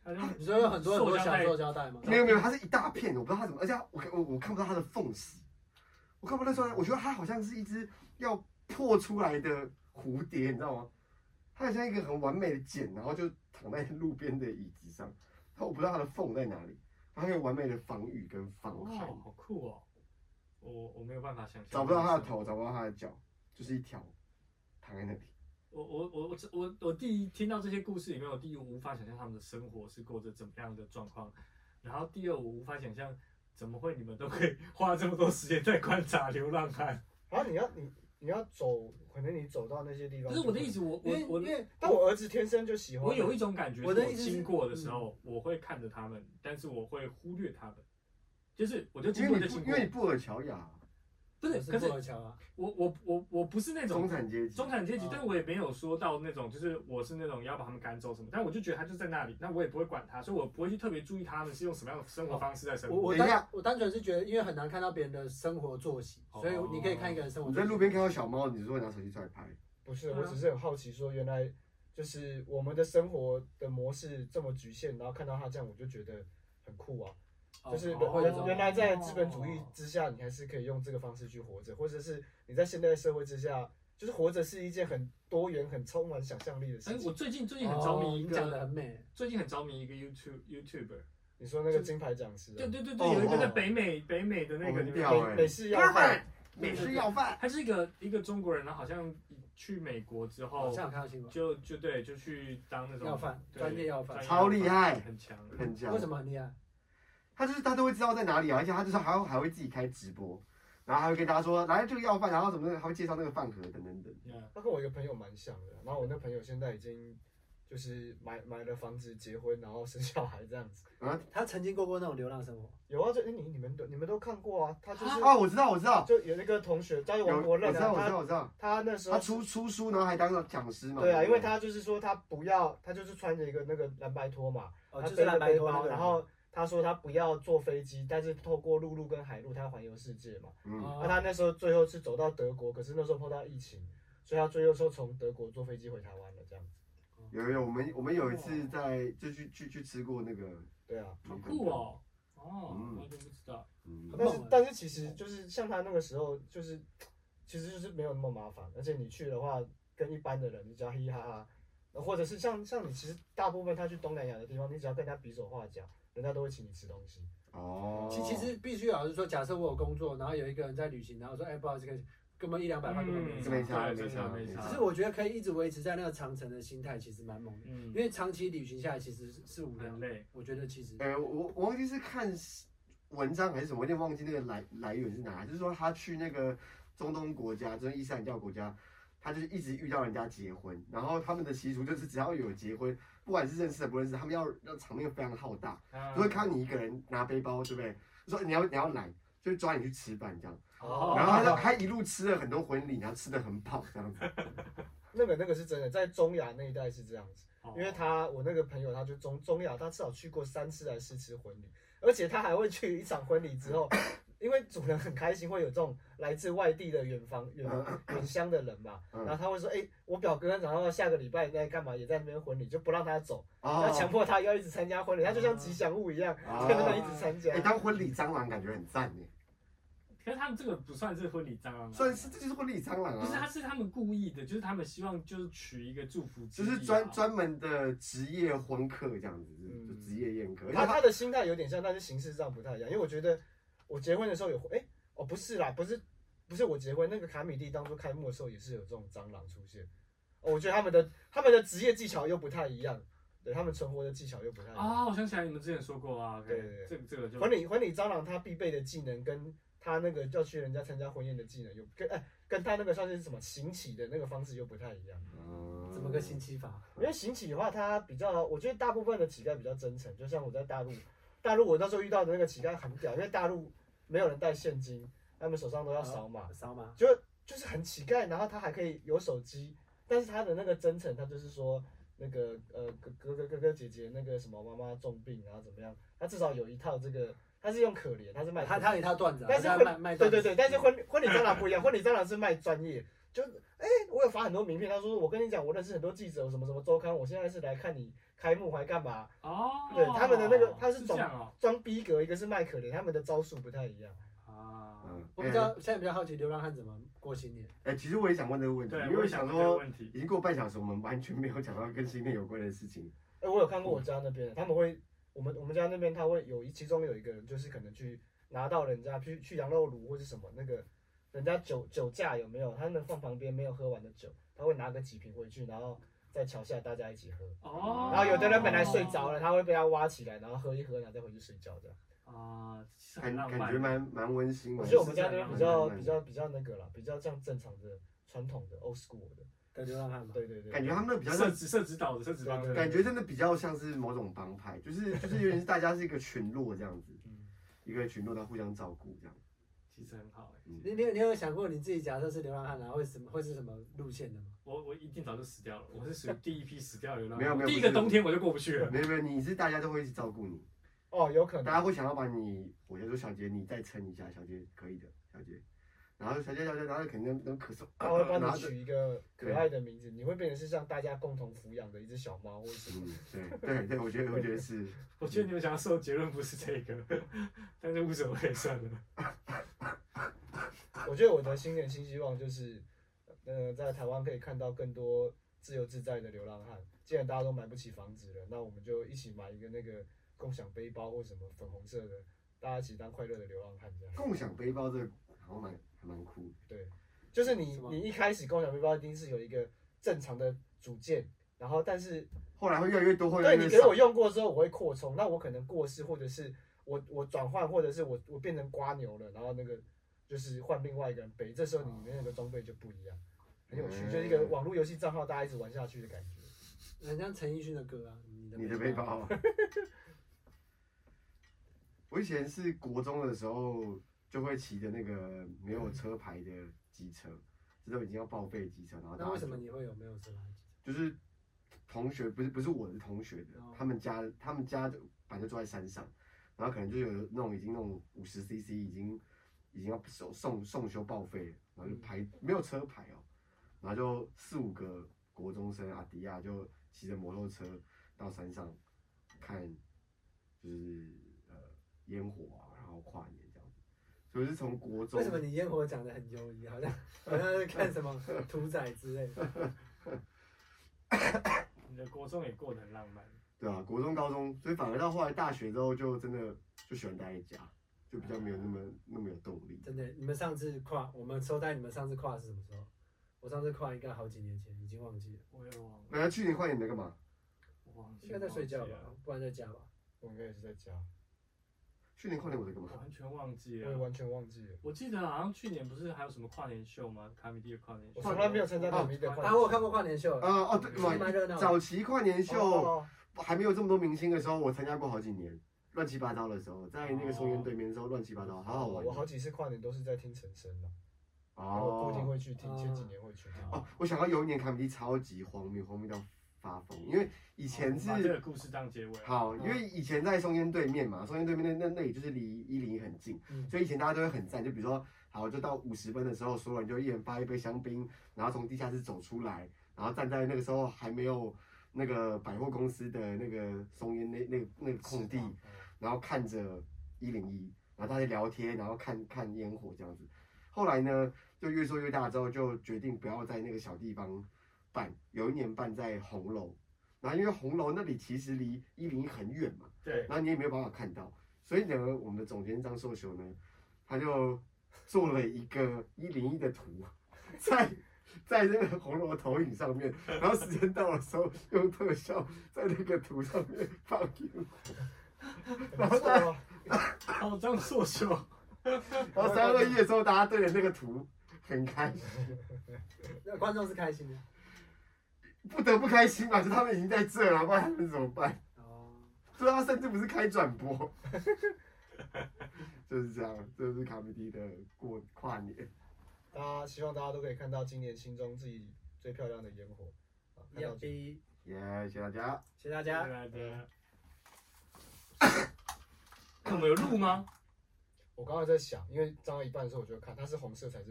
[SPEAKER 3] 它就是
[SPEAKER 1] 你说有很多很多
[SPEAKER 3] 塑胶
[SPEAKER 1] 小
[SPEAKER 3] 袋
[SPEAKER 1] 塑胶袋吗？
[SPEAKER 4] 没有没有，它是一大片，我不知道它怎么，而且它我看我我看不到它的缝隙，我看不到那时候，我觉得它好像是一只要破出来的蝴蝶，你知道吗？它很像一个很完美的茧，然后就躺在路边的椅子上，然后我不知道它的缝在哪里，它可以完美的防雨跟防寒，
[SPEAKER 3] 哦，好酷哦，我我没有办法想象，
[SPEAKER 4] 找不到它的。头，找不到它的脚，就是一条躺在那里。
[SPEAKER 3] 我我我我我我第一听到这些故事里面，我第一我无法想象他们的生活是过着怎么样的状况，然后第二我无法想象怎么会你们都可以花这么多时间在观察流浪汉。
[SPEAKER 2] 然后你要你你要走，可能你走到那些地 方。
[SPEAKER 3] 不是我的意，思，我
[SPEAKER 1] 因为
[SPEAKER 3] 我我
[SPEAKER 1] 因为
[SPEAKER 2] 但我儿子天生就喜欢。
[SPEAKER 3] 我有一种感觉，
[SPEAKER 1] 我
[SPEAKER 3] 是
[SPEAKER 1] 的
[SPEAKER 3] 我
[SPEAKER 1] 意思是
[SPEAKER 3] 经过的时候，我会看着他们，但是我会忽略他们，就是我就经
[SPEAKER 4] 因
[SPEAKER 3] 过就
[SPEAKER 4] 为你
[SPEAKER 3] 经
[SPEAKER 4] 不，
[SPEAKER 3] 过，
[SPEAKER 4] 因为你布尔乔亚
[SPEAKER 3] 不是，可
[SPEAKER 1] 是
[SPEAKER 3] 是
[SPEAKER 1] 过桥啊，
[SPEAKER 3] 我我我我不是那种
[SPEAKER 4] 中产阶级，
[SPEAKER 3] 中产阶级
[SPEAKER 1] 哦，
[SPEAKER 3] 但我也没有说到那种，就是我是那种要把他们赶走什么，但我就觉得他就在那里，那我也不会管他，所以我不会去特别注意他们是用什么样的生活方式在生
[SPEAKER 1] 我
[SPEAKER 3] 活。
[SPEAKER 1] 哦我
[SPEAKER 4] 等一
[SPEAKER 1] 单
[SPEAKER 4] 下
[SPEAKER 1] 我单纯是觉得，因为很难看到别人的生活作息，
[SPEAKER 3] 哦
[SPEAKER 1] 所以你可以看一个人生活
[SPEAKER 4] 你
[SPEAKER 1] 作
[SPEAKER 4] 在
[SPEAKER 1] 息。
[SPEAKER 4] 路边看到小猫，你就会拿手机出来拍。
[SPEAKER 2] 不
[SPEAKER 3] 对
[SPEAKER 2] 是，
[SPEAKER 3] 啊
[SPEAKER 2] 我只是很好奇，说原来就是我们的生活的模式这么局限，然后看到他这样，我就觉得很酷啊。
[SPEAKER 1] 哦
[SPEAKER 2] 就是
[SPEAKER 1] 哦会有这
[SPEAKER 2] 原
[SPEAKER 1] 种
[SPEAKER 2] 原来在资本主义之下，你还是可以用这个方式去活着，或者是你在现代社会之下，就是活着是一件很多元、很充满想象力的
[SPEAKER 3] 哎
[SPEAKER 2] 事，情。
[SPEAKER 3] 我最近最近很着迷一
[SPEAKER 1] 哦你讲的
[SPEAKER 3] 个，
[SPEAKER 1] 很美，
[SPEAKER 3] 最近很着迷一个 YouTube YouTuber，
[SPEAKER 1] 哦
[SPEAKER 2] 你说那个金牌讲师、
[SPEAKER 3] 对
[SPEAKER 2] 啊，
[SPEAKER 3] 对对
[SPEAKER 4] 哦
[SPEAKER 3] 对，有一个在
[SPEAKER 4] 哦
[SPEAKER 3] 北美北美的那
[SPEAKER 4] 哦
[SPEAKER 3] 个
[SPEAKER 4] 很
[SPEAKER 3] 你们
[SPEAKER 4] 屌
[SPEAKER 3] 有没有，
[SPEAKER 2] 美美式要饭，
[SPEAKER 4] 美式要饭，
[SPEAKER 3] 他是一个一个中国人，然后好像去美国之
[SPEAKER 1] 好
[SPEAKER 3] 后，
[SPEAKER 1] 像有看到新闻，
[SPEAKER 3] 就就对，就去当那种
[SPEAKER 1] 要饭
[SPEAKER 3] 对
[SPEAKER 1] 专业要饭
[SPEAKER 3] 专业
[SPEAKER 4] 超厉害
[SPEAKER 3] 很强。
[SPEAKER 4] 很强
[SPEAKER 1] 为。什么很厉害？
[SPEAKER 4] 他就是他都会知道在哪里啊，而且他就是还会还会自己开直播，然后还会跟大家说来这个要饭，然后怎么的还会介绍那个饭盒等等等。
[SPEAKER 3] Yeah
[SPEAKER 2] 他跟我一个朋友蛮像的，然后我那朋友现在已经就是买买了房子、结婚，然后生小孩这样子。
[SPEAKER 1] 他曾经过过那种流浪生活，
[SPEAKER 2] 有啊，就哎你你们都你们都看过啊，他就是
[SPEAKER 4] 哦，我知道我知道，
[SPEAKER 2] 就有那个同学叫
[SPEAKER 4] 有
[SPEAKER 2] 王
[SPEAKER 4] 我
[SPEAKER 2] 国
[SPEAKER 4] 知
[SPEAKER 2] 任
[SPEAKER 4] 道我知
[SPEAKER 2] 啊，
[SPEAKER 4] 道我知道，
[SPEAKER 2] 他他那时候
[SPEAKER 4] 他出出书然后还当了讲师嘛。
[SPEAKER 2] 对啊，因为
[SPEAKER 4] 不
[SPEAKER 2] 他就是说他不要，他就是穿着一个那个蓝白拖嘛，
[SPEAKER 1] 哦，
[SPEAKER 2] 他
[SPEAKER 1] 就
[SPEAKER 2] 背
[SPEAKER 1] 是
[SPEAKER 2] 着
[SPEAKER 1] 蓝白
[SPEAKER 2] 背
[SPEAKER 1] 拖那
[SPEAKER 2] 包，
[SPEAKER 1] 个人
[SPEAKER 2] 然后他说他不要坐飞机，但是透过陆路跟海路他环游世界嘛。啊
[SPEAKER 4] 嗯，
[SPEAKER 3] 哦
[SPEAKER 2] 那、他那时候最后是走到德国，可是那时候碰到疫情，所以他最后说从德国坐飞机回台湾了这样子。
[SPEAKER 4] 有有我们我们有一次在就去去去吃过那个，
[SPEAKER 2] 对啊，
[SPEAKER 3] 好酷哦！哦，
[SPEAKER 4] 嗯
[SPEAKER 3] 我都不知道。
[SPEAKER 4] 嗯，
[SPEAKER 1] 很
[SPEAKER 2] 但
[SPEAKER 1] 猛
[SPEAKER 2] 是
[SPEAKER 1] 欸
[SPEAKER 2] 但是其实就是像他那个时候，就是其实就是没有那么麻烦，而且你去的话，跟一般的人你只要嘻嘻哈哈，或者是像像你其实大部分他去东南亚的地方，你只要跟人家比手画脚，人家都会请你吃东西。
[SPEAKER 4] 哦，
[SPEAKER 1] 其其实必须老实说，假设我有工作，然后有一个人在旅行，然后说，哎，不好意思，可以根本一两百块根本没
[SPEAKER 3] 嗯
[SPEAKER 1] 差。
[SPEAKER 4] 没差
[SPEAKER 3] 对
[SPEAKER 4] 没
[SPEAKER 3] 真的
[SPEAKER 4] 差
[SPEAKER 3] 没
[SPEAKER 4] 没
[SPEAKER 3] 差
[SPEAKER 4] 差。
[SPEAKER 1] 只是我觉得可以一直维持在那个长城的心态，其实蛮猛的，
[SPEAKER 3] 嗯
[SPEAKER 1] 因，为长期旅行下来其实是是无聊
[SPEAKER 3] 很
[SPEAKER 1] 的。
[SPEAKER 3] 累。
[SPEAKER 1] 我觉得其实
[SPEAKER 4] 呃，我我忘记是看文章还是什么，我有点忘记那个来来源是哪，就是说他去那个中东国家，就是伊斯兰教国家，他就是一直遇到人家结婚，然后他们的习俗就是只要有结婚，不管是认识的不认识，他们要让场面非常浩大，
[SPEAKER 3] 啊
[SPEAKER 4] 不会看到你一个人拿背包，对不对？说你要你要来，就抓你去吃饭这样，
[SPEAKER 3] 哦
[SPEAKER 4] 然后他就他一路吃了很多婚礼，然后吃的很饱这 样子，
[SPEAKER 2] 那个那个是真的，在中亚那一带是这样子，
[SPEAKER 3] 哦
[SPEAKER 2] 因为他我那个朋友他就中中亚，他至少去过三次还是四次婚礼，而且他还会去一场婚礼之后，因为主人很开心，会有这种来自外地的远房远远乡的人嘛，
[SPEAKER 4] 嗯
[SPEAKER 2] 然后他会说，哎、我表哥然后下个礼拜在干嘛，也在那边婚礼，就不让他走，要强
[SPEAKER 4] 哦，
[SPEAKER 2] 迫他要一直参加婚礼，他就像吉祥物一样，
[SPEAKER 4] 哦
[SPEAKER 2] 在那边一直参加
[SPEAKER 4] 哎，。当婚礼蟑螂感觉很赞耶，
[SPEAKER 3] 可是他们这个不算是婚礼蟑螂吧，
[SPEAKER 4] 算是这就是婚礼蟑螂
[SPEAKER 3] 啊不是，他
[SPEAKER 4] 啊，
[SPEAKER 3] 是他们故意的，就是他们希望就是取一个祝福之
[SPEAKER 4] 就
[SPEAKER 3] 意啊，
[SPEAKER 4] 是专专门的职业婚客这样子，
[SPEAKER 2] 嗯
[SPEAKER 4] 就职业宴客。
[SPEAKER 2] 他他的心态有点像，但是形式上不太一样。因为我觉得我结婚的时候有，哎、哦不是啦，不是不是我结婚，那个卡米蒂当初开幕的时候也是有这种蟑螂出现。哦、我觉得他们的他们的职业技巧又不太一样，对他们存活的技巧又不太一样。
[SPEAKER 3] 啊，我想起来你们之前说过啊，
[SPEAKER 2] 对对对
[SPEAKER 3] 这个这个就
[SPEAKER 2] 婚礼婚礼蟑螂它必备的技能跟他那个要去人家参加婚宴的技能又跟哎、跟他那个算是什么行乞的那个方式又不太一样。
[SPEAKER 4] 嗯
[SPEAKER 1] 怎么个新期法？
[SPEAKER 2] 因为行乞的话，他比较，我觉得大部分的乞丐比较真诚。就像我在大陆，大陆我那时候遇到的那个乞丐很屌，因为大陆没有人带现金，他们手上
[SPEAKER 1] 啊
[SPEAKER 2] 都要扫码，
[SPEAKER 1] 扫码，
[SPEAKER 2] 就就是很乞丐。然后他还可以有手机，但是他的那个真诚，他就是说那个呃哥哥哥哥哥姐姐那个什么妈妈重病，然后怎么样，他至少有一套这个，他是用可怜，他是卖
[SPEAKER 1] 他他有一套段子啊，
[SPEAKER 2] 但是
[SPEAKER 1] 他
[SPEAKER 2] 婚
[SPEAKER 1] 卖卖
[SPEAKER 2] 对
[SPEAKER 1] 段子
[SPEAKER 2] 对对，但是婚婚礼蟑螂不一样，婚礼蟑螂是卖专业，就哎、我有发很多名片，他说我跟你讲，我认识很多记者，什么什么周刊，我现在是来看你开幕还干嘛？
[SPEAKER 3] 哦，
[SPEAKER 2] 对他们的那个他是
[SPEAKER 3] 是
[SPEAKER 2] 总
[SPEAKER 3] 这样哦
[SPEAKER 2] 装逼格，一个是卖可怜，他们的招数不太一样。
[SPEAKER 3] 啊，
[SPEAKER 4] 嗯，
[SPEAKER 1] 我比较现在比较好奇流浪汉怎么过新年，
[SPEAKER 4] 哎，其实我也想问这个问题，
[SPEAKER 3] 对，
[SPEAKER 4] 因为
[SPEAKER 3] 我
[SPEAKER 4] 我
[SPEAKER 3] 也
[SPEAKER 4] 想
[SPEAKER 3] 想这个
[SPEAKER 4] 说，
[SPEAKER 3] 问题，
[SPEAKER 4] 已经过半小时，我们完全没有讲到跟新年有关的事情。
[SPEAKER 2] 哎、我有看过我家那边，他们会，我们我们家那边他会有一，其中有一个人就是可能去拿到人家去去羊肉炉或是什么那个，人家酒酒架有没有？他们放旁边没有喝完的酒，他会拿个几瓶回去，然后在桥下大家一起喝。
[SPEAKER 3] 哦，
[SPEAKER 2] 然后有的人本来睡着了，他会被他挖起来，然后喝一喝，然后再回去睡觉这样。
[SPEAKER 3] 啊，其实
[SPEAKER 4] 感
[SPEAKER 3] 很浪漫
[SPEAKER 4] 感觉蛮蛮温馨的。
[SPEAKER 2] 我
[SPEAKER 3] 我
[SPEAKER 2] 觉
[SPEAKER 3] 觉
[SPEAKER 2] 得
[SPEAKER 3] 得
[SPEAKER 2] 我
[SPEAKER 3] 我
[SPEAKER 2] 们
[SPEAKER 3] 们
[SPEAKER 2] 家
[SPEAKER 3] 家那边
[SPEAKER 2] 那边比
[SPEAKER 3] 比
[SPEAKER 2] 较比较比
[SPEAKER 4] 较
[SPEAKER 2] 较那个啦，比较像正常的传统的 old school 的。
[SPEAKER 1] 的流浪汉嘛，
[SPEAKER 2] 对对对，
[SPEAKER 4] 感觉他们那比较
[SPEAKER 3] 社指社指导的社指导
[SPEAKER 2] 对
[SPEAKER 3] 的，
[SPEAKER 4] 感觉真的比较像是某种帮派，就是 就是有点是大家是一个群落这样子，
[SPEAKER 2] 嗯
[SPEAKER 4] 一个群落在互相照顾这样。嗯
[SPEAKER 3] 其实很好哎，
[SPEAKER 1] 你你有你有想过你自己假设是流浪汉，然后会什么会是什么路线的吗？
[SPEAKER 3] 我我一定早就死掉了，我是属于第一批死掉的流浪汉，
[SPEAKER 4] 没有没有
[SPEAKER 3] 第一个
[SPEAKER 4] 不是
[SPEAKER 3] 冬天我就过不去了，
[SPEAKER 4] 没有没有，你是大家都会一起照顾你，
[SPEAKER 2] 哦，有可
[SPEAKER 4] 大家
[SPEAKER 2] 能。
[SPEAKER 4] 会想要把你，我就说小杰你再撑一下，小杰可以的，小杰，然后小杰小杰，然后肯定能咳嗽，
[SPEAKER 2] 他会帮
[SPEAKER 4] 然
[SPEAKER 2] 你
[SPEAKER 4] 后就
[SPEAKER 2] 取一个可爱的名字，你会变成是像大家共同抚养的一只小猫，或者是
[SPEAKER 4] 嗯对对对，我觉得我觉得是，
[SPEAKER 3] 我觉得你们想要说的结论不是这个， 但是无所谓算了。
[SPEAKER 2] 我觉得我的新年新希望就是，呃，在台湾可以看到更多自由自在的流浪汉。既然大家都买不起房子了，那我们就一起买一个那个共享背包或什么粉红色的，大家一起当快乐的流浪汉这样。
[SPEAKER 4] 共享背包这个好像蛮还蛮酷的，
[SPEAKER 2] 对，就是你
[SPEAKER 1] 是吗
[SPEAKER 2] 你一开始共享背包一定是有一个正常的组件，然后但是
[SPEAKER 4] 后来会越来越多，会越来
[SPEAKER 2] 对
[SPEAKER 4] 越
[SPEAKER 2] 你给
[SPEAKER 4] 少
[SPEAKER 2] 我。用过之后，我会扩充，那我可能过世，或者是我我转换，或者是我我变成瓜牛了，然后那个就是换另外一个人背，这时候你里面那个装备就不一样，很有趣，
[SPEAKER 4] 嗯
[SPEAKER 2] 就是一个网络游戏账号大家一直玩下去的感觉。
[SPEAKER 1] 很像陈奕迅的歌啊，你的
[SPEAKER 4] 你的背包啊。我以前是国中的时候，就会骑着那个没有车牌的机车，这都已经要报废的机车，然后大
[SPEAKER 1] 那
[SPEAKER 4] 家
[SPEAKER 1] 为什么
[SPEAKER 4] 就
[SPEAKER 1] 你会有没有车牌？
[SPEAKER 4] 就是同学，不是不是我的同学的，
[SPEAKER 1] 哦
[SPEAKER 4] 他们家他们家就反正住在山上，然后可能就有那种已经那种五十 CC 已经已经要送送送修报废了，然
[SPEAKER 1] 嗯
[SPEAKER 4] 后就排没有车牌哦，然后就四五个国中生阿迪亚就骑着摩托车到山上看，就是呃烟火啊，然后跨年这样子，所以我是从国中
[SPEAKER 1] 为什么你烟火讲的很忧郁，好像好像在看什么屠宰之类的？
[SPEAKER 3] 你的国中也过得很浪漫，
[SPEAKER 4] 对啊，国中、高中，所以反而到后来大学之后，就真的就喜欢待在家，就比较没有那么那么有动力。
[SPEAKER 1] 真的，你们上次跨，我们收到你们上次跨是什么时候？我上次跨应该好几年前，已经忘记了，
[SPEAKER 3] 我也忘了，
[SPEAKER 4] 然后去年跨年你在干嘛？
[SPEAKER 3] 我忘记
[SPEAKER 1] 应该在睡觉
[SPEAKER 3] 忘记
[SPEAKER 1] 吧
[SPEAKER 3] 了，
[SPEAKER 1] 不然在家吧。
[SPEAKER 2] 我应该也是在家，
[SPEAKER 4] 去年跨年我在干嘛？
[SPEAKER 3] 我完全忘记
[SPEAKER 2] 我也
[SPEAKER 3] 了。
[SPEAKER 2] 完全忘记了，
[SPEAKER 3] 我记得好像去年不是还有什么跨年秀吗？卡米蒂的跨年秀，哦
[SPEAKER 2] 我从来没有参加卡米的
[SPEAKER 1] 啊，我有看过跨年秀，
[SPEAKER 4] 呃哦对，
[SPEAKER 1] 是蛮
[SPEAKER 4] 哇
[SPEAKER 1] 热闹的。
[SPEAKER 4] 早期跨年秀
[SPEAKER 2] 哦
[SPEAKER 4] 还没有这么多明星的时候，我参加过好几年，乱七八糟的时候，在那个松烟对面的时候乱七八糟，好好玩
[SPEAKER 2] 哦我。好几次跨年都是在听陈升的，然后我固定
[SPEAKER 4] 哦
[SPEAKER 2] 会去听，前几年会去听。
[SPEAKER 4] 哦，我想到有一年卡米蒂超级荒谬，荒谬到发疯，因为以
[SPEAKER 2] 哦
[SPEAKER 4] 前
[SPEAKER 3] 把这
[SPEAKER 4] 是
[SPEAKER 3] 个故事当结尾。
[SPEAKER 4] 好，因为以前在松烟对面嘛，松烟对面那那那里就是离一零一很近，
[SPEAKER 1] 嗯
[SPEAKER 4] 所以以前大家都会很赞，就比如说好，就到五十分的时候，所有人就一人发一杯香槟，然后从地下室走出来，然后站在那个时候还没有那个百货公司的那个松烟那那个那个空地，然后看着一零一，然后大家聊天，然后看看烟火这样子。后来呢，就越做越大之后，就决定不要在那个小地方办，有一年办在红楼。然后因为红楼那里其实离一零一很远嘛，
[SPEAKER 3] 对，
[SPEAKER 4] 然后你也没有办法看到，所以呢，我们的总监张寿雄呢，他就做了一个一零一的图，在在那个红楼投影上面，然后时间到的时候用特效在那个图上面放烟火
[SPEAKER 2] 很不错啊，
[SPEAKER 3] 哦，这样作秀，
[SPEAKER 4] 然后三二一的时候，大家对着那个图很开心，
[SPEAKER 1] 那观众是开心的。
[SPEAKER 4] 不得不开心嘛，就他们已经在这了，不然他们怎么办？
[SPEAKER 1] 哦，
[SPEAKER 4] 所以他啊甚至不是开转播， 就是这样，这就是卡米蒂的过跨年。
[SPEAKER 2] 大家希望大家都可以看到今年心中自己最漂亮的烟火。啊看到
[SPEAKER 1] 要逼，
[SPEAKER 4] 耶、谢谢大家。
[SPEAKER 1] 谢谢大
[SPEAKER 3] 对
[SPEAKER 1] 家。
[SPEAKER 3] 对 对。啊我们有录吗？
[SPEAKER 2] 我刚刚在想，因为张到一半的时候我就看，它是红色才是